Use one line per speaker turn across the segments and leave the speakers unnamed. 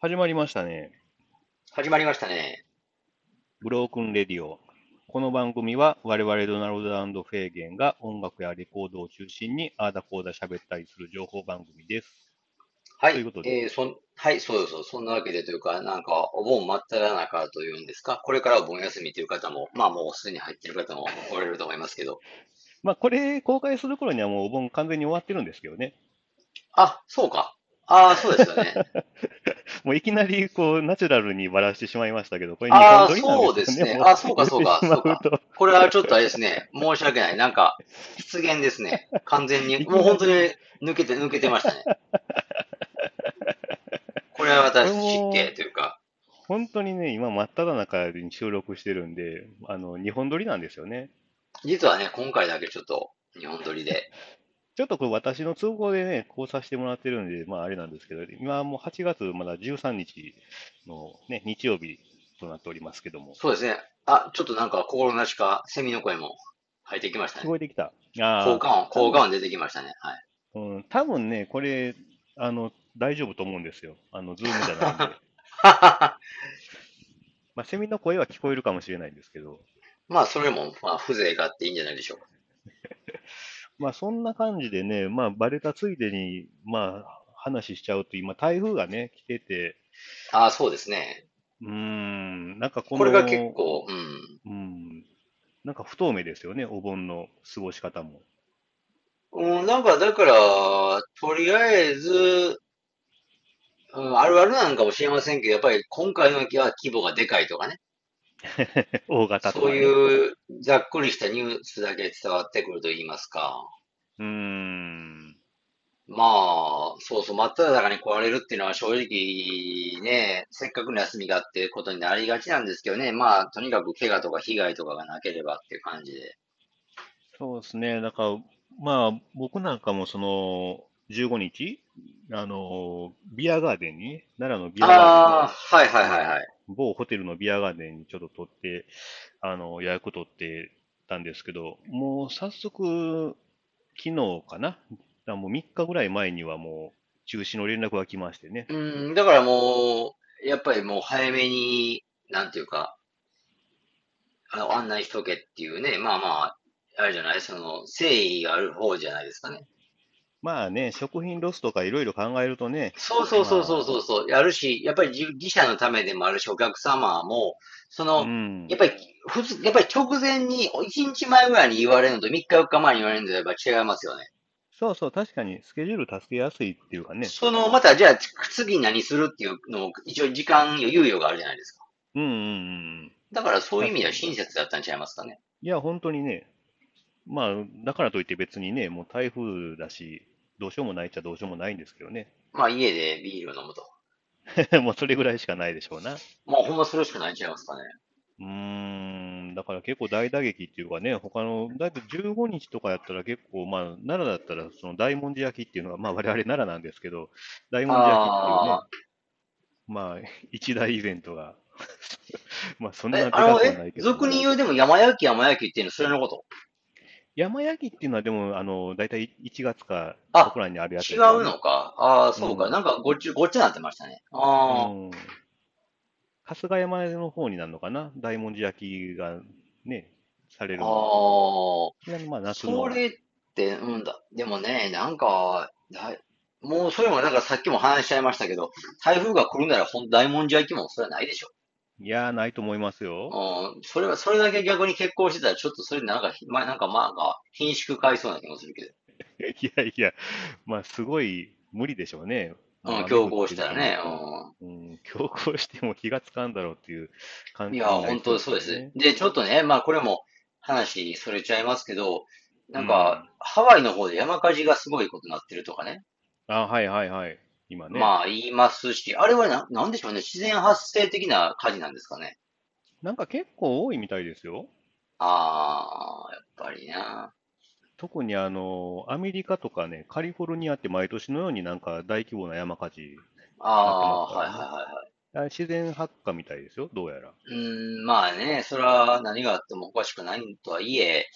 始まりましたね。
始まりましたね。
ブロークンレディオ。この番組は我々ドナルドフェーゲンが音楽やレコードを中心にあーだこーだ喋ったりする情報番組です。
はい。
ということ
えーそん、はい、そうですそう。そんなわけでというか、なんか、お盆真っ只中というんですか、これからお盆休みという方も、まあもうすでに入ってる方もおられると思いますけど。
まあこれ公開する頃にはもうお盆完全に終わってるんですけどね。
あ、そうか。ああ、そうですよ ね。
もういきなりこうナチュラルにバラしてしまいましたけど、これ日本
ああ、
撮りな
そうんで
ですす
ね
ね。。
あそうか、そうか、
言
そ
っ
う
てしま
か。これはちょっとあれですね。申し訳ない。なんか、失言ですね。完全に。もう本当に抜けて、抜けてましたね。これは私、失敬というか。
本当にね、今真っ只中に収録してるんで、あの、日本撮りなんですよね。
実はね、今回だけちょっと、日本撮りで。
ちょっとこれ私の都合でね、こうさせてもらってるんで、まああれなんですけど、今もう8月まだ13日のね、日曜日となっておりますけども。
そうですね。あ、ちょっとなんか心なしかセミの声も入ってきました
聞
ね。
こえてきた。あ
効
あ、
果音、効果音出てきましたね。はい。
うん、多分ね、これ、あの、大丈夫と思うんですよ。あの、ズームじゃないん で。まあ、セミの声は聞こえるかもしれないんですけど、
まあ、それも、まあ、風情があっていいんじゃないでしょうか。
まあ、そんな感じでね、まあ、バレたついでに、まあ、話しちゃうと、今、台風がね、来てて、
ああ、そうですね。
うーん、なんかこ
これが
の、
結構、うん。
うん、なんか不透明ですよね、お盆の過ごし方も。
うん、なんか、だから、とりあえず、うん、あるあるなのかもしれませんけど、やっぱり今回の時は規模がでかいとかね、
大型と
そう
かね。
いうざっくりしたニュースだけ伝わってくると言いますか。
うーん。
まあ、そうそう、真っ只中に壊れるっていうのは正直ね、せっかくの休みがあってことになりがちなんですけどね、まあ、とにかく怪我とか被害とかがなければっていう感じで。
そうですね。なんか、まあ、僕なんかもその、15日、あの、ビアガーデンに、奈良のビアガーデン
ああ、はいはいはいはい。
の、某ホテルのビアガーデンにちょっと取って、あの、予約取ってたんですけど、もう早速、昨日かな、あもう3日ぐらい前にはもう、中止の連絡が来ましてね。
うん、だからもう、やっぱりもう早めに、なんていうか、あの、案内しとけっていうね、まあまあ、あれじゃない、その、誠意がある方じゃないですかね。
まあね、食品ロスとかいろいろ考えるとね、
そうそうそうそうそうそう、やるし、やっぱり自自社のためでもあるし、お客様も、そうの、
ん
やっぱり、普通、やっぱり直前に、1日前ぐらいに言われるのと、3日4日前に言われるのと、やっぱ違いますよね。
そうそう、確かにスケジュール助けやすいっていうかね、
その、また、じゃあ、次何するっていうのも、一応時間猶予があるじゃないですか。
うんうんうんうん。
だから、そういう意味では親切だったんちゃいますかね。
いや、本当にね、まあ、だからといって別にね、もう台風だし、どうしようもないっちゃどうしようもないんですけどね。
まあ、家でビールを飲むと。
もうそれぐらいしかないでしょうな。う
まあ、ほんまそれしかないんちゃいますかね。
ーん、だから結構大打撃っていうかね、他の、だいぶ15日とかやったら結構、まあ、奈良だったらその大文字焼きっていうのが、まあ我々奈良なんですけど、大文字焼きっていうね
あ、
まあ一大イベントが、 まあそん
あ、
な
え、
で
あ
か
の、
くはな
え
いけ、ども
俗に言うでも、山焼き山焼きっていうの、それのこと。
山焼きっていうのはでも、あの、大体1月か、
あ
そこらにあるやつ
違
ですよ
う
ね
のか。ああ、そう
う
か。
ん
なんか、ごっちゃ、ごっちゃになってましたね。ああ、
うん春日山の方になるのかな大文字焼きがね、される
あ
のは。
あ。
ちなみにまあ夏の。
それって、うんだ。でもね、なんか、だいもうそれも、なんかさっきも話しちゃいましたけど、台風が来るなら、ほん、大文字焼きもそれはないでしょ。
いやー、ないと思いますよ。
うん、それは、それだけ逆に結婚してたら、ちょっとそれなんか、まあ、なんか、まあ、なんか、貧縮買いそうな気もするけど。
いやいや、まあすごい無理でしょうね。
うん、
まあ
強行したらね、。
うん、強行しても気がつかんだろうっていう
う
感
ん。
じ
いや、
になり
本当そうで
よ
す
ね。。
で、ちょっとね、まあ、これも話それちゃいますけど、なんか、ハワイの方で山火事がすごいことになってるとかね。
あ、はいはいはい。今ね。
まあ、言いますし、あれはな、なんでしょうね、自然発生的な火事なんですかね。
なんか結構多いみたいですよ。
ああ、やっぱりな。
特にあの、アメリカとかね、カリフォルニアって毎年のようになんか大規模な山火事
ああー、
な
は
っ
い
てます
はいはいはい。
あ自然発火みたいですよ、どうやら。
うーん、まあね、それは何があってもおかしくないとはいえ、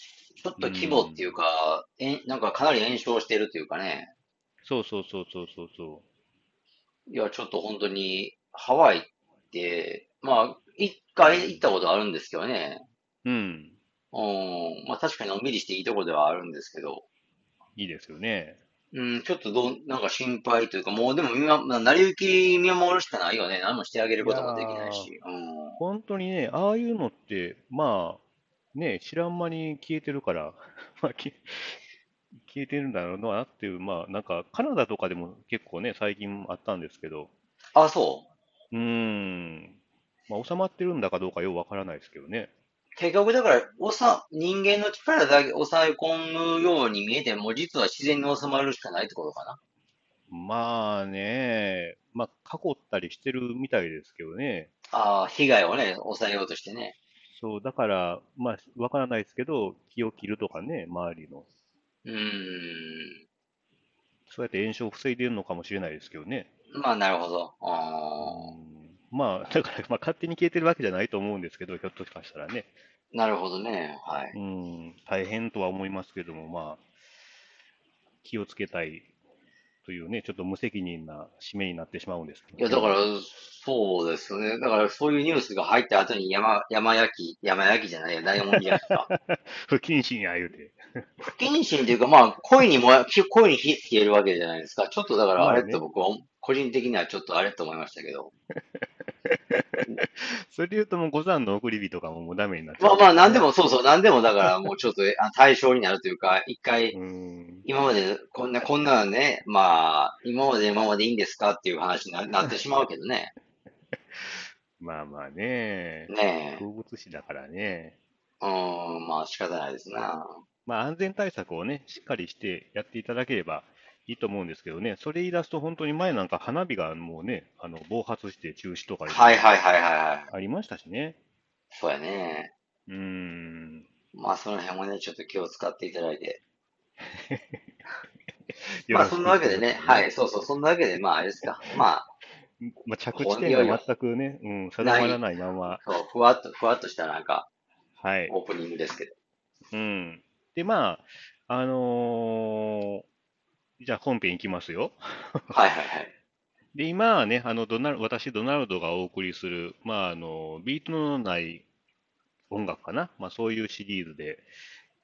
ちょっと規模っていうか、えん、なんかかなり炎症してるというかね。
そうそうそうそうそうそ
いや、ちょっと本当に、ハワイって、まあ、一回行ったことあるんですけどね。
うん。
うん、まあ確かにのんびりしていいとこではあるんですけど、
いいですよね。
うん、ちょっとどう、なんか心配というか、もうでも見ま、なりゆき見守るしかないよね。何もしてあげることもできないし。うん。
本当にね、ああいうのって、まあ、ね、知らん間に消えてるから、 まあ、き消えてるんだろうなっていう、まあ、なんか、カナダとかでも結構ね、最近あったんですけど、
あ、そう。
うーん、まあ、収まってるんだかどうかようわからないですけどね。
結局だから、おさ、人間の力だけ抑え込むように見えても、実は自然に収まるしかないってことかな。
まあね、まあ、囲ったりしてるみたいですけどね。
ああ、被害をね、抑えようとしてね。
そう、だから、まあ、わからないですけど、気を切るとかね、周りの。
うー
そうやって炎症を防いでるのかもしれないですけどね。
ん。まあ、なるほど。あ
うんまあ、だから、 まあ、勝手に消えてるわけじゃないと思うんですけど、ひょっとかしたらね。
あ、なるほどね。はい。
うん、大変とは思いますけども、まあ、気をつけたいというね、ちょっと無責任な締めになってしまうんですけど、
いや、だから、そうですよね。だから、そういうニュースが入った後に山、山焼き、山焼きじゃないや、ダイヤモンド焼き か。
不謹慎や言うて。
不謹慎というか、まあ、恋にもや、恋に火つけるわけじゃないですか。ちょっとだから、
まあ
あ
ね
れと僕は、個人的にはちょっとあれと思いましたけど。
それで言うと、もう、五山の送り火とかももうダメになっちゃ
まあ
う。
まあ、なんでも、そうそう、なんでもだから、もうちょっとあ対象になるというか、 一回、
うん、
今まで、こんな、こんなのね、まあ、今まで今までいいんですかっていう話にな、なってしまうけどね。
まあまあね、
ねえ。
風物詩だからね、
うーん、まあ仕方ないですな。
まあ、安全対策をね、しっかりしてやっていただければいいと思うんですけどね、それ言い出すと、本当に前なんか花火がもうね、あの暴発して中止とか
はいはいはいはいはい。
ありましたしね。
そうやね。
うーん。
まあその辺もね、ちょっと気を使っていただいて。
よろ
まあ
しく
そんなわけでね、
お願
はいい、そうそう、そんなわけで、まああれですか。ま
します。まあ、着地点が全くね、うん、定まらないまま
あ、、そう、ふわっと、ふわっとしたなんか、
はい。
オープニン グですけど。
うん。で、まあ、あのーじゃあ本編いきますよ。
はいはいはい。
で、今はね、あの、ドナル、私、ドナルドがお送りする、まあ、あの、ビートのない音楽かな。まあ、そういうシリーズで、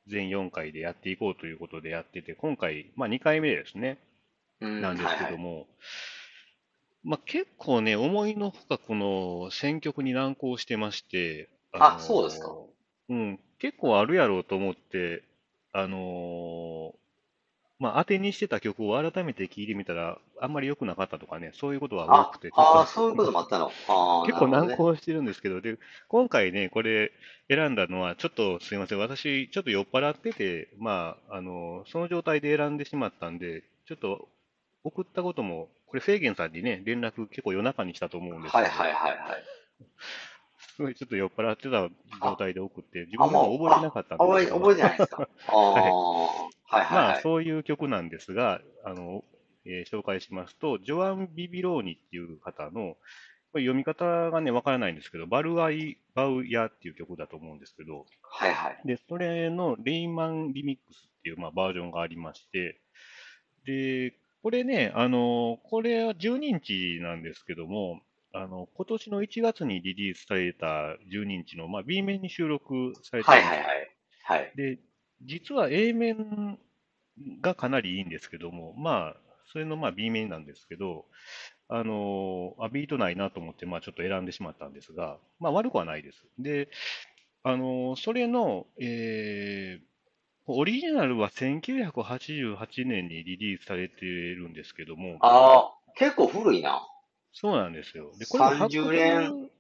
全4回でやっていこうということでやってて、今回、まあ、2回目ですね、
うん、
なんですけ
はい
ど
はい。
も、まあ、結構ね、思いのほか、この選曲に難航してまして、
あ
のー
そうですか
うん、結構あるやろうと思って、あのーまあ、当てにしてた曲を改めて聴いてみたら、あんまり良くなかったとかね、そういうことは多くて、ちょっと
ああ、そういうこともあったの。ああ、
結構
なる
難
ほどね。
航してるんですけど、で、今回ね、これ選んだのは、ちょっとすいません、私、ちょっと酔っ払ってて、まあ、あの、その状態で選んでしまったんで、ちょっと送ったことも、これ、フェーゲンさんにね、連絡結構夜中にしたと思うんですけ
は
ど、
いはいはいはい。
すごいちょっと酔っ払ってた状態で送って、自
あ
分でも覚えてなかったん
覚
で
え、
すけど、
覚えてないです か。ああ、はいはい
ま
は
あ、
い。
そういう曲なんですが、あの、えー紹介しますと、ジョアン・ビビローニっていう方の、これ読み方がね、わからないんですけど、バルアイ・バウヤっていう曲だと思うんですけど、
はいはい。
で、それのレイマンリミックスっていう、まあ、バージョンがありまして、で、これね、あの、これは12日なんですけども、あの、今年の1月にリリースされた12日の、まあ、B 面に収録されて
は
るんで
い
す
は
よ
いはい。はい。
で、実は A 面がかなりいいんですけども、まあ、それのまあ B 面なんですけど、あのあ、ビートないなと思って、まあちょっと選んでしまったんですが、まあ悪くはないです。で、あのそれの、えーオリジナルは1988年にリリースされているんですけども、
ああ、結構古いな。
そうなんですよ。で、も
30年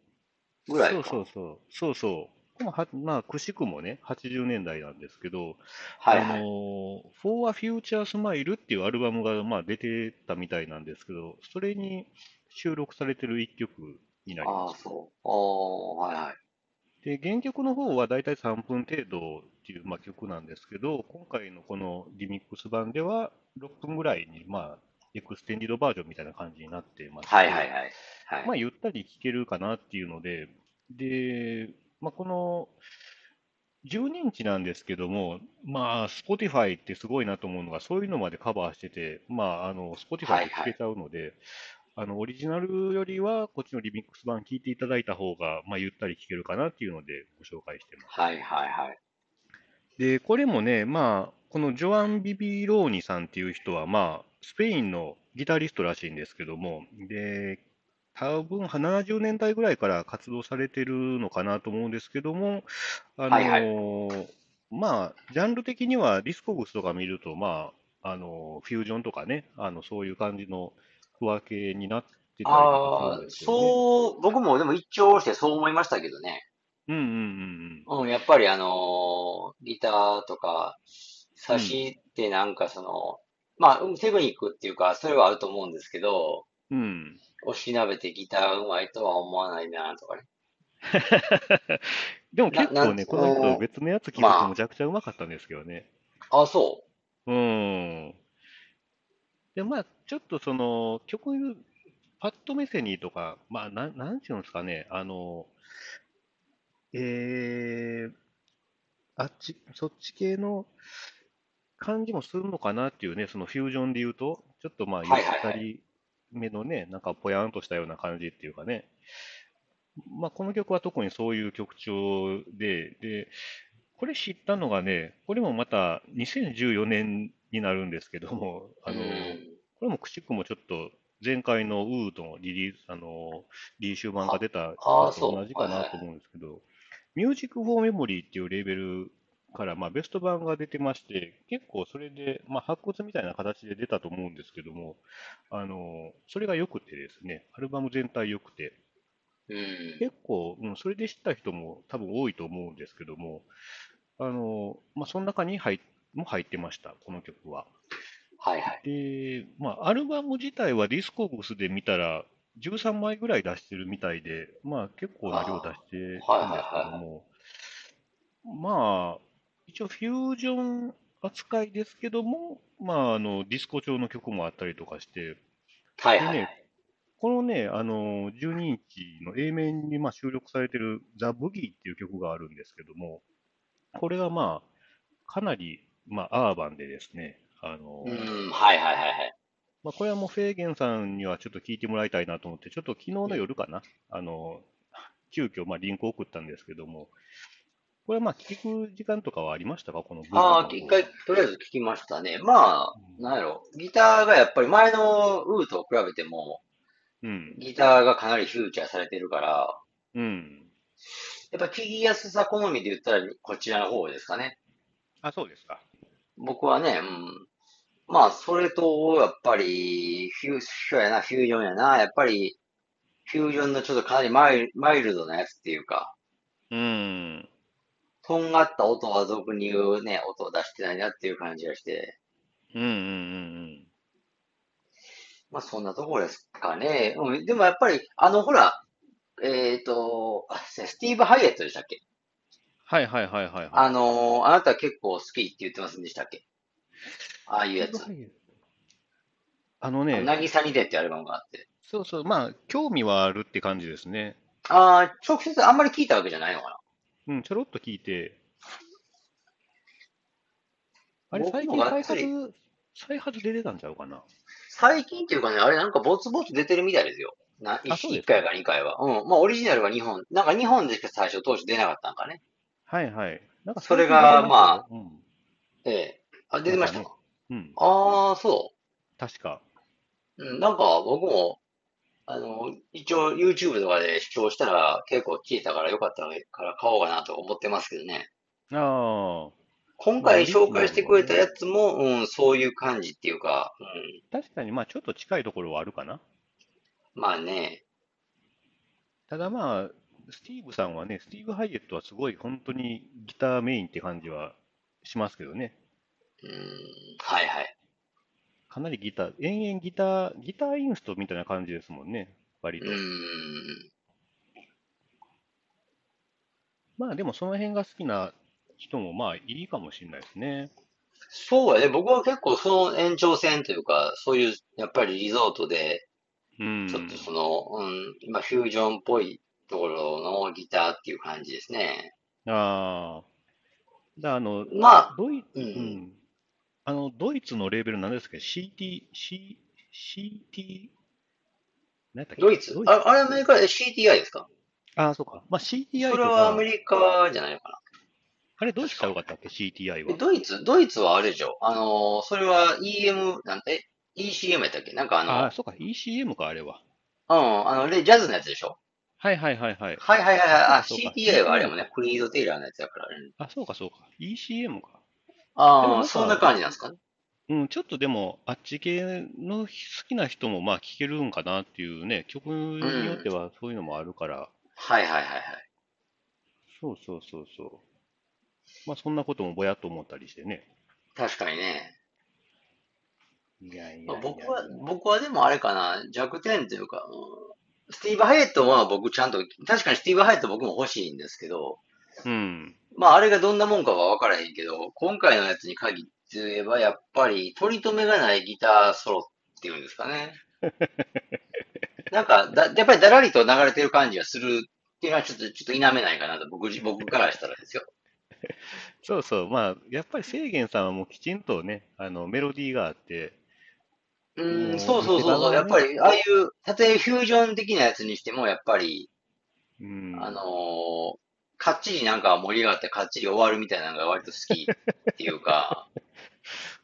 ぐらい
そう
か
そうそう、そうそう。これもはまあ、くしくもね、80年代なんですけど、
はい
あ
は
の
い。
ー、For a Future Smile っていうアルバムがまあ出てたみたいなんですけど、それに収録されてる一曲になり
あ
ま
あ、
す。
そう。ああ、はいはい。
で、原曲の方はだいたい3分程度っていうまあ曲なんですけど、今回のこのリミックス版では6分ぐらいにまあエクステンディドバージョンみたいな感じになってまして、
はいはいはい。はい。
まあゆったり聴けるかなっていうので、で、まあこの12日なんですけども、まあ、Spotify ってすごいなと思うのが、そういうのまでカバーしてて、まあ、あの、Spotify で聴けちゃうので、あの、オリジナルよりは、こっちのリミックス版聞いていただいた方が、まあ、ゆったり聞けるかなっていうので、ご紹介してます。
はいはいはい。
で、これもね、まあ、このジョアン・ビビローニさんっていう人は、まあ、スペインのギタリストらしいんですけども、で、多分70年代ぐらいから活動されてるのかなと思うんですけども、あの
はいはい
まあ、ジャンル的にはディスコグスとか見ると、まあ、あのフュージョンとかね、あのそういう感じの区分けになってたりとか
ああ
するん、ですよね。
そう、僕もでも一聴してそう思いましたけどね。
うんうんうん
うん、やっぱりあのーギターとか、差しってなんかその、まあ、うんテクニックっていうか、それはあると思うんですけど、
うん。うん。
おしなべてギターが上手いとは思わないなとかね。
でも結
なな
構
ん
ね、この
その
人、別のやつ聞く
ま
と
あ
むちゃくちゃうまかったんですけどね。
あ、そ
うん。で、まあ、ちょっとその、曲、パッドメセニーとか、まあ、なん、なんていうんですかね、あの、えー、あっち、そっち系の感じもするのかなっていうね、そのフュージョンで言うと、ちょっとまあ、ゆ
はいはいはい
ったりめのね、なんかぽやんとしたような感じっていうかね、まあ、この曲は特にそういう曲調で、で、これ知ったのがね、これもまた2014年になるんですけども、
う。
あの、
うん。
これもくしくもちょっと前回のウードのリリース、あの、リーシュ版が出た
ああ
やつと
そう
同じかなと思うんですけど、ミュージックフォーメモリーっていうレーベルから、まあ、ベスト版が出てまして、結構それで、まあ、発掘みたいな形で出たと思うんですけども、あの、それが良くてですね、アルバム全体良くて、
うん。
結構、うん、それで知った人も多分多いと思うんですけども、あの、まあ、その中に入っも入ってました、この曲は。
はいはい。
で、まあ、アルバム自体はディスコグスで見たら、13枚ぐらい出してるみたいで、まあ、結構な量出してるんですけ
あーはいはい
ども、まあ、一応フュージョン扱いですけども、まあ、あの、ディスコ調の曲もあったりとかして、
はい
で
はいは
ね、このね、あの、12インチの A 面にまあ収録されてるザ・ブギーっていう曲があるんですけども、これがまあ、かなり、まあ、アーバンでですね、あの、
い。うん、はいはいはいはい。
まあ、これはもうフェーゲンさんにはちょっと聞いてもらいたいなと思って、ちょっと昨日の夜かな、あの、急遽まあリンクを送ったんですけども、これはまあ聞く時間とかはありましたかこの文
あ
章
あ、
の
一
方は
回、とりあえず聞きましたね。まあ、なんやろ。ギターがやっぱり前のウーと比べても、
うん。
ギターがかなりフューチャーされてるから、
うん。
やっぱ聞きやすさ好みで言ったら、こちらの方ですかね。
あ、そうですか。
僕はね、うん、まあ、それと、やっぱり、フュージョンやな、フュージョンやな、やっぱり、フュージョンのちょっとかなりマイル、マイルドなやつっていうか、
うん。
とんがった音は俗に言うね、音を出してないなっていう感じがして、
うんうんうん
まあ、そんなところですかね。うん、でもやっぱり、あの、ほら、えっと、あスティーブ・ハイエットでしたっけ
はいはいはいはいはい。
あのー、あなた結構好きって言ってませんでしたっけああいうやつ。
あのね、
なぎさにでってアルバムがあって。
そうそう、まあ、興味はあるって感じですね。
ああ、直接あんまり聞いたわけじゃないのか
う
な。
ん、ちょろっと聞いて。あれ、
僕
最
も
近
が
再
っつり
発、再発出てたんちゃうかな。
最近っていうかね、あれなんかぼつぼつ出てるみたいですよ。な、
あそうです
1, 回か2回は。うん。まあオリジナルは2本。なんか2本でしか最初当時出なかったんかね。
はいはい。なんか
それが
まあ、
ええ。あ、出てました
なん
か。
うん、うん、
ああ、そ
確か。
う。うん。なんか僕も、あの、一応 YouTube とかで視聴したら結構聞いたからよかったから買おうかなと思ってますけどね。
ああ、
今回紹介してくれたやつも、うん、そういう感じっていうか、うん、
確かに、まあ、ちょっと近いところはあるかな。
まあね、
ただまあ、スティーブさんはね、スティーブ・ハイエットはすごい本当にギターメインって感じはしますけどね。
うん、はいはい。
かなりギター、延々ギター、ギターインストみたいな感じですもんね、割と
う。ん、
まあでもその辺が好きな人もまあいいかもしれないですね。
そうやね、僕は結構その延長線というか、そういう、やっぱりリゾートで、
うん。
ちょっとその、うん、今フュージョンっぽいところのギターっていう感じですね。
ああ。だあの、
まあ、
ドイ、
う、
うんん。あの、ドイツのレーベルなんですけど、CT、C、CT、何やったっけ
ドイツああれアメリカで CTI ですか
ああ、そうか。まあ、CTI と
それはア
か
メ、リカじゃないのかな
あれどうしたらよかったっけ ?CTI
え
は。
ドイツ、ドイツはあれでしょあのー、それは EM、なんて、ECM やったっけなんかあの、
ああ、そうか。ECM か、あれは。
うん、あの、で、ジャズのやつでしょ
はいはいはいはい。
はいはいはいはい。あ、
そうか
CTI はあれもね、クリード・テイラーのやつだから。うん
あ、そうかそうか。ECM か。でも
あ
なん
あ、
か
そんな感じなんですかね。
うん、ちょっとでも、あっち系の好きな人もまあ聴けるんかなっていうね、曲によってはそういうのもあるから、
はいはいはいはい。
そうそうそうそう。まあそんなこともぼやっと思ったりしてね。
確かにね。
いやい
まあ僕は、僕はでもあれかな、弱点というか、うん、スティーブ・ハイエットは僕ちゃんと、確かにスティーブ・ハイエット僕も欲しいんですけど、
うん。
まああれがどんなもんかは分からへんけど、今回のやつに限って言えば、やっぱり取り留めがないギターソロっていうんです かね。なんかだ、やっぱりだらりと流れてる感じがするっていうのはちょっと、ちょっと否めないかなと、僕じ、僕からしたらですよ。
そうそう。まあ、やっぱり清源さんはもうきちんとね、あの、メロディーがあって、
う、
うんん
そうそうそうそう、やっぱり、ああいう、たとえフュージョン的なやつにしても、やっぱり、
うん。
あのーかっちりなんか盛り上がってかっちり終わるみたいなのが割と好きってい うか、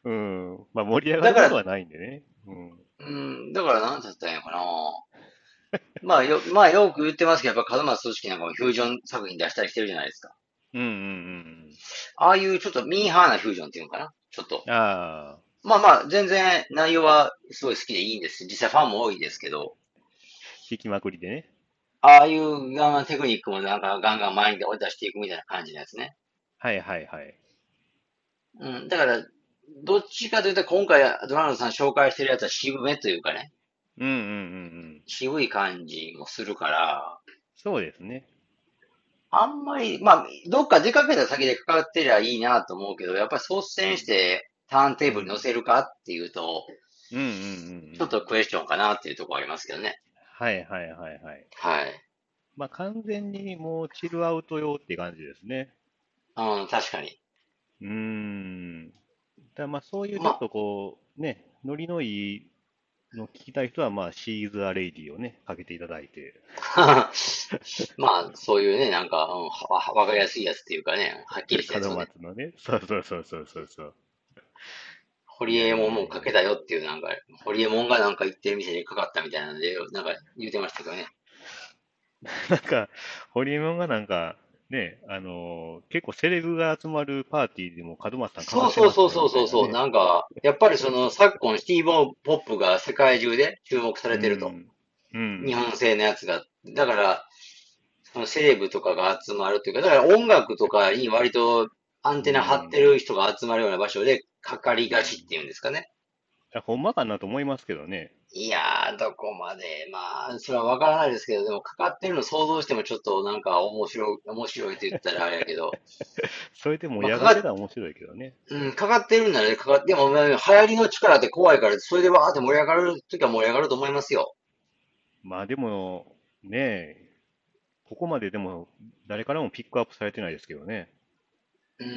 うん。まあ盛り上がることはないんでね。うん。
うん、だからなんて言ったらいいのかな。まあよ、まあよく言ってますけど、やっぱ門松俊樹なんかもフュージョン作品出したりしてるじゃないですか。
うんうん
ああいうちょっとミーハーなフュージョンっていうのかな。ちょっと。
うん。ああ。
まあまあ、全然内容はすごい好きでいいんですし、実際ファンも多いですけど、
弾きまくりでね。
ああいうガンガンテクニックもなんかガンガン前に出していくみたいな感じのやつね。
はいはいはい。
うん、だから、どっちかというと今回ドナルドさん紹介してるやつは渋めというかね。
うんうんうんうん。
渋い感じもするから、
そうですね。
あんまり、まあ、どっか出かけた先でかかってりゃいいなと思うけど、やっぱり率先してターンテーブルに乗せるかっていうと、
うんうんうんうん。
ちょっとクエスチョンかなっていうところありますけどね。
はいはいはいはい。
はい。
まあ完全にもうチルアウト用って感じですね。
うん、確か に。
うーん。だまあそういうち
ま
ょ
あ
っとこう、ね、ノリのいいの聞きたい人は、まあ、シーズ・ア・レイディをね、かけていただいて。
まあ、そういうね、なんか、うん、はわかりやすいやつっていうかね、はっきりしたやつ
門
をね、
松のね。そうそうそうそうそうそう。
堀江ももうかけたよっていう、なんか、堀江もんがなんか行ってる店にかかったみたいなんで、なんか言うてましたけどね。
なんか、ホリエモンがなんか、ね、あのー結構セレブが集まるパーティーでも門松さんか
そ
かっ
う
て
そう
ました
そ
よ
うそうそうそう、
みたいなね
なんか、やっぱりその昨今シティボーポップが世界中で注目されてると。
うん。
日本製のやつが。だから、そのセレブとかが集まるというか、だから音楽とかに割とアンテナ張ってる人が集まるような場所でかかりがちっていうんですかね。
うん。ほんまかなと思いますけどね。
いやー、どこまで、まあ、それはわからないですけど、でもかかってるの想像してもちょっとなんか面白い、面白いと言ったらあれやけど、
それでもやがてたら面白いけどね。
うん、かかってるんならねかかって、でも、まあ流行りの力って怖いから、それでわーって盛り上がるときは盛り上がると思いますよ。
まあでも、ねえ、ここまででも誰からもピックアップされてないですけどね。
うー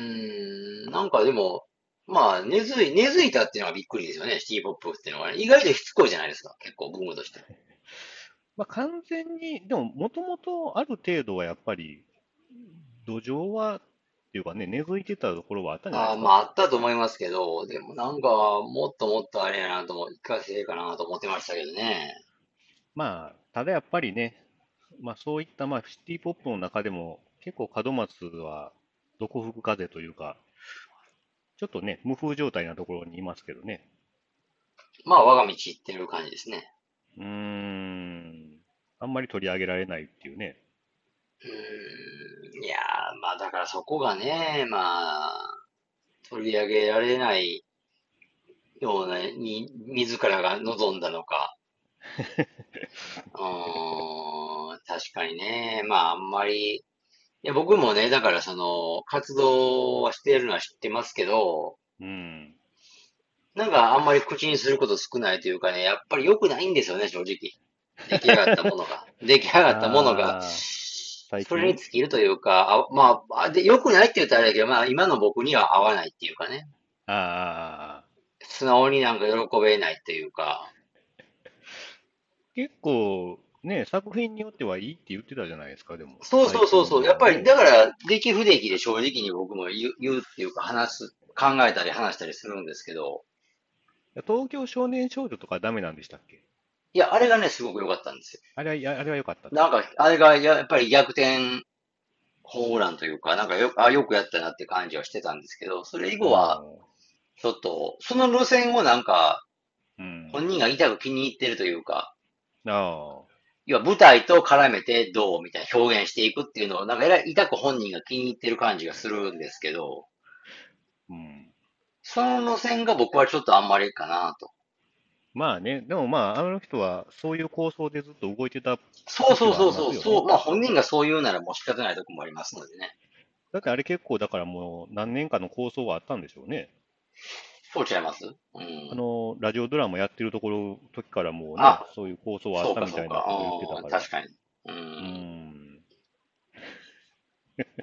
ん、なんかでも、まあ、根付い、根付いたっていうのがびっくりですよね、シティポップっていうのはね、意外としつこいじゃないですか、結構、ブームとして。
まあ完全に、でももともとある程度はやっぱり土壌は、っていうかね、根付いてたところはあったんじゃない
あ
で
あ、
す
ま
か。
あ、あったと思いますけど、でもなんか、もっともっとあれやなと思う、一過性かなと思ってましたけどね。
まあ、ただやっぱりね、まあそういったまあシティポップの中でも結構門松はどこ吹く風というか、ちょっとね、無風状態なところにいますけどね。
まあ、我が道行ってる感じですね。
うーん、あんまり取り上げられないっていうね。
うーん、いやー、まあ、だからそこがね、まあ、取り上げられないような、に、自らが望んだの か。うーん、確かにね、まあ、あんまり、いや、僕もね、だからその、活動はしてるのは知ってますけど、
うん。
なんかあんまり口にすること少ないというかね、やっぱり良くないんですよね、正直。出来上がったもの が。出来上がったものが。
あー最
それに
近
尽きるというか、あまあ、あで、良くないって言ったらあれだけど、まあ、今の僕には合わないっていうかね、
ああ、
素直になんか喜べないというか、
結構、ね、作品によってはいいって言ってたじゃないですか、でも。
そうそうそうそ
最近は
う。
ね
やっぱり、だから、出来不出来で正直に僕も言う言うっていうか、話す、考えたり話したりするんですけど、
東京少年少女とかダメなんでしたっけ
いや、あれがね、すごく良かったんですよ。
あれはや、あれは良かった。
なんか、あれがややっぱり逆転ホームランというか、なんかよく、あ、よくやったなって感じはしてたんですけど、それ以後は、ちょっと、その路線をなんか、
うん、うん。
本人が痛く気に入ってるというか、
あ
要は舞台と絡めてどうみたいな表現していくっていうのを、なんかえらい痛く本人が気に入ってる感じがするんですけど、
ーうん。
その路線が僕はちょっとあんまりかなと。
まあね、でもまあ、あの人はそういう構想でずっと動いてた。
そうそうそうそ
時はありますよ
う、
ね
そう、まあ本人がそう言うならもう仕方ないとこもありますのでね。
だってあれ結構、だからもう何年かの構想があったんでしょうね。
そうちゃいますう
あ
ん。
の、ラジオドラマやってるところ、時からもうね
あ、
そういう構想はあ
そ
っ
う
た
か
み
そ
た
う
いな
か。
こと言って
う
た
ん、
から
確。かに。う。
うんん。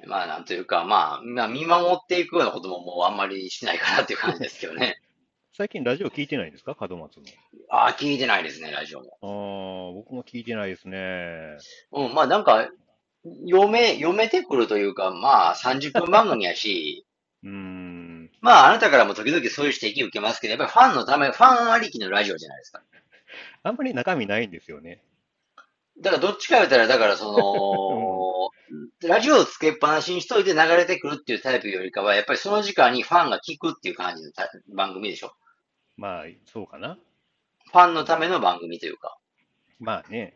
まあなんというか、まあ、まあ見守っていくようなことももうあんまりしないかなっていう感じですけどね。
最近ラジオ聞いてないんですか門松の。
ああ、聞いてないですね、ラジオも。
ああ、僕も聞いてないですね。
うん、まあなんか、読め、読めてくるというか、まあ30分番組やし、
うーん。
まああなたからも時々そういう指摘受けますけど、やっぱりファンのため、ファンありきのラジオじゃないですか。
あんまり中身ないんですよね。
だからどっちか言ったら、だからその、ラジオをつけっぱなしにしといて流れてくるっていうタイプよりかは、やっぱりその時間にファンが聞くっていう感じのタ番組でしょ。
まあ、そうかな。
ファンのための番組というか。
まあね。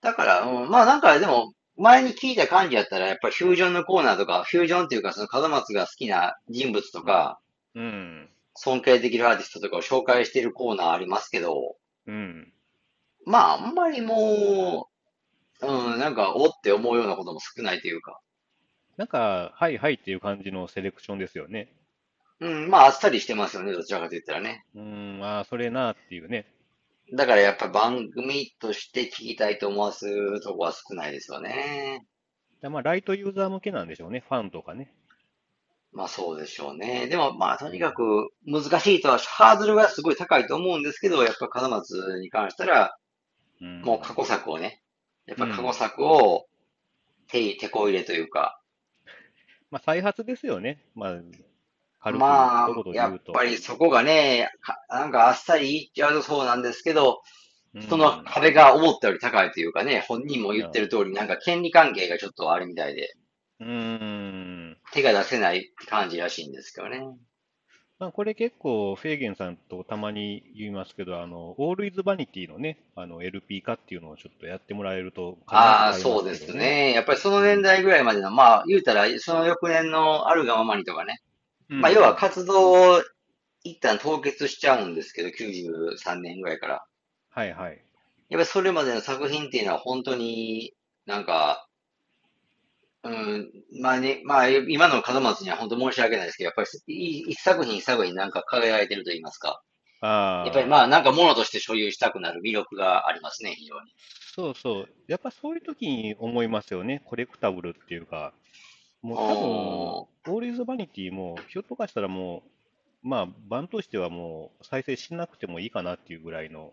だから、うん、まあなんかでも、前に聞いた感じやったら、やっぱりフュージョンのコーナーとか、フュージョンっていうか、その門松が好きな人物とか、
うん。
尊敬できるアーティストとかを紹介しているコーナーありますけど、
うん。
まああんまりもう、うん、なんか、おって思うようなことも少ないというか、
なんか、はいはいっていう感じのセレクションですよね。
うん、まああっさりしてますよね、どちらかと言ったらね。
うーん、ああ、それなっていうね。
だからやっぱ番組として聞きたいと思わせるとこは少ないですよね。
だまあ、ライトユーザー向けなんでしょうね。ファンとかね。
まあそうでしょうね。でもまあとにかく難しいとは、ハードルがすごい高いと思うんですけど、やっぱ門松に関したら、
うん。
もう過去作をね、やっぱ過去作を手、手こ入れというか、
まあ、再発ですよね。まあ、軽く
まあ
一言で
や
言
っ
うと。
ぱりそこがね、かなんかあっさり言っちゃうとそうなんですけど、その
うん
壁が思ったより高いというかね、本人も言ってる通り、なんか権利関係がちょっとあるみたいで、
うーん。
手が出せないって感じらしいんですけどね。
まあ、これ結構、フェーゲンさんとたまに言いますけど、あの、オールイズバニティのね、あの、LP 化っていうのをちょっとやってもらえると、
ああ、
必ず買い
そう
ま
です
け
す
ど。
ね。やっぱりその年代ぐらいまでの、まあ、言うたら、その翌年のあるがままにとかね。
うん
まあ、要は活動を一旦凍結しちゃうんですけど、93年ぐらいから。
はいはい。
やっぱりそれまでの作品っていうのは本当になんか、うん、まあね、まあ、今の門松には本当申し訳ないですけど、やっぱりい一作品一作品なんか輝いてると言いますか。
あ
や
あ、
っぱりまあ、なんか物として所有したくなる魅力がありますね、非常に。
そうそう。やっぱそういう時に思いますよね。コレクタブルっていうか、もう
お
多分、オールイズバニティも、ひょっとかしたらもう、まあ、版としてはもう再生しなくてもいいかなっていうぐらいの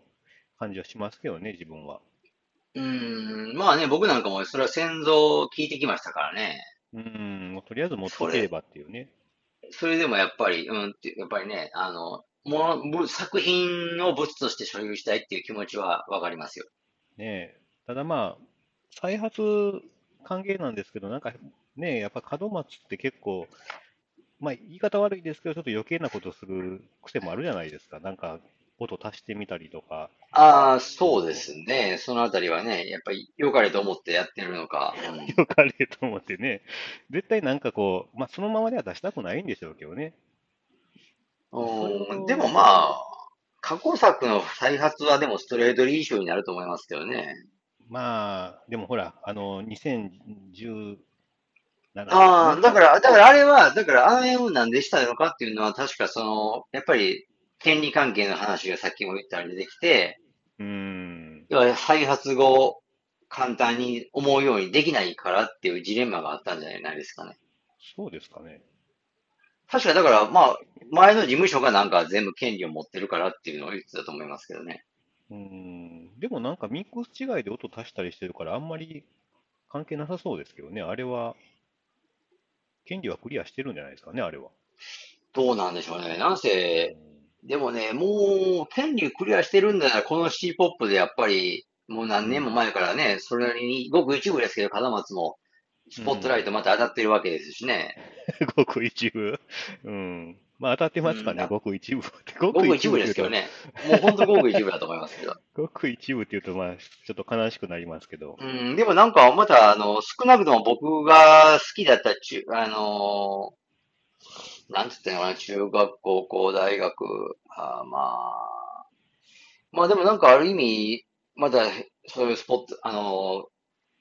感じはしますけどね、自分は。
うーん、まあね、僕なんかもそれは先祖を聞いてきましたからね。
うん、もうとりあえず持って
それ
ければっていうね。
それでもやっぱり、うんって、やっぱりね、あの、ものぶ作品を物として所有したいっていう気持ちはわかりますよ。
ねえ、ただまあ、再発歓迎なんですけど、なんかねえ、やっぱ門松って結構、まあ、言い方悪いですけど、ちょっと余計なことする癖もあるじゃないですか、なんか音足してみたりとか、
ああ、そうですね。そのあたりはね、やっぱり良かれと思ってやってるのか。うん
よかれと思ってね、絶対なんかこう、まあ、そのままでは出したくないんでしょうけどね。
うん、でもまあ、過去作の再発はでもストレートリーシューになると思いますけどね。
まあ、でもほら、あの、2017
ああ、
ね
だから、だからあれは、だからあの辺をなんでしたのかっていうのは確かその、やっぱり権利関係の話がさっきも言ったように出てきて、
うーん、
要は再発後、簡単に思うようにできないからっていうジレンマがあったんじゃないですかね。
そうですかね。
確かだから、まあ、前の事務所がなんか全部権利を持ってるからっていうのを言ってたと思いますけどね。
うーん、でもなんかミックス違いで音足したりしてるから、あんまり関係なさそうですけどね、あれは、権利はクリアしてるんじゃないですかね、あれは。
どうなんでしょうね。なんせ、でもね、もう、権利クリアしてるんだら、このシーポップでやっぱり、もう何年も前からね、それなりに、ごく一部ですけど、門松も、スポットライトまた当たってるわけですしね。
うん ごく一部。うん。まあ当たってますか
う
ね、
ん
ごく一部って。ご
ごく一部ですけど
よ。
ね。もう本当ごく一部だと思いますけど。
ごく一部っていうと、まあ、ちょっと悲しくなりますけど。
うん、でもなんか、また、あの、少なくとも僕が好きだった中、あのーなんつったのかな、中学、高校、大学、あーまあ、まあでもなんかある意味、まだそういうスポット、あのー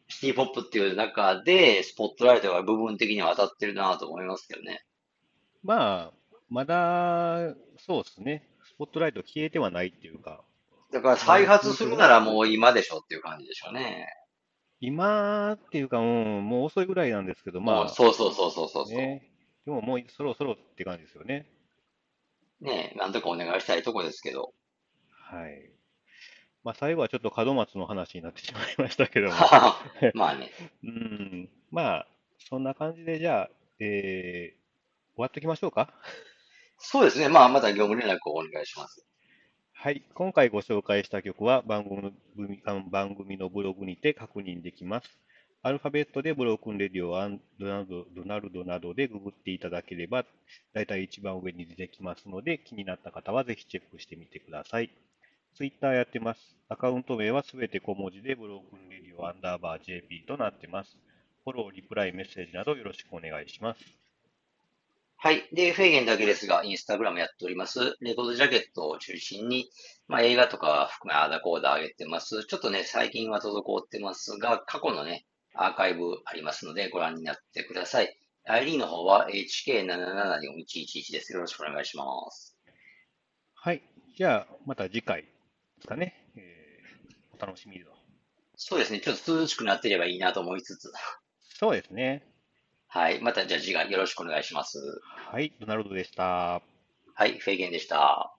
シティポップっていう中で、スポットライトが部分的には当たってるなと思いますけどね。
まあ、まだ、そうですね、スポットライト消えてはないっていうか、
だから再発するならもう今でしょっていう感じでしょうね。
今っていうか、うん、もう遅いぐらいなんですけど、ま
もう
あ、
そうそうそうそうそうそう。
ね、でももうそろそろって感じですよね。
ねえ、なんとかお願いしたいとこですけど。
はい。まあ、最後はちょっと門松の話になってしまいましたけども、
まあね。
うん、まあ、そんな感じで、じゃあ、えー終わっときましょうか。
そうですね。まあ、また業務連絡をお願いします。
はい、今回ご紹介した曲は番組あの番組のブログにて確認できます。アルファベットでブロークンレディオアンドナルド、ドナルドなどでググっていただければ、だいたい一番上に出てきますので、気になった方はぜひチェックしてみてください。ツイッターやってます。アカウント名はすべて小文字でブロークンレディオアンダーバー JP となってます。フォロー、リプライ、メッセージなどよろしくお願いします。
はい。で、フェーゲンだけですが、インスタグラムやっております。レコードジャケットを中心に、まあ、映画とか含め、アーダコーダー上げてます。ちょっとね、最近は滞ってますが、過去のね、アーカイブありますので、ご覧になってください。ID の方は HK774111 です。よろしくお願いします。
はい、じゃあまた次回ですかね。えーお楽しみにと。
そうですね。ちょっと涼しくなってればいいなと思いつつ。
そうですね。
はい。また、じゃあ次回よろしくお願いします。
はい、ドナルドでした。
はい。フェーゲンでした。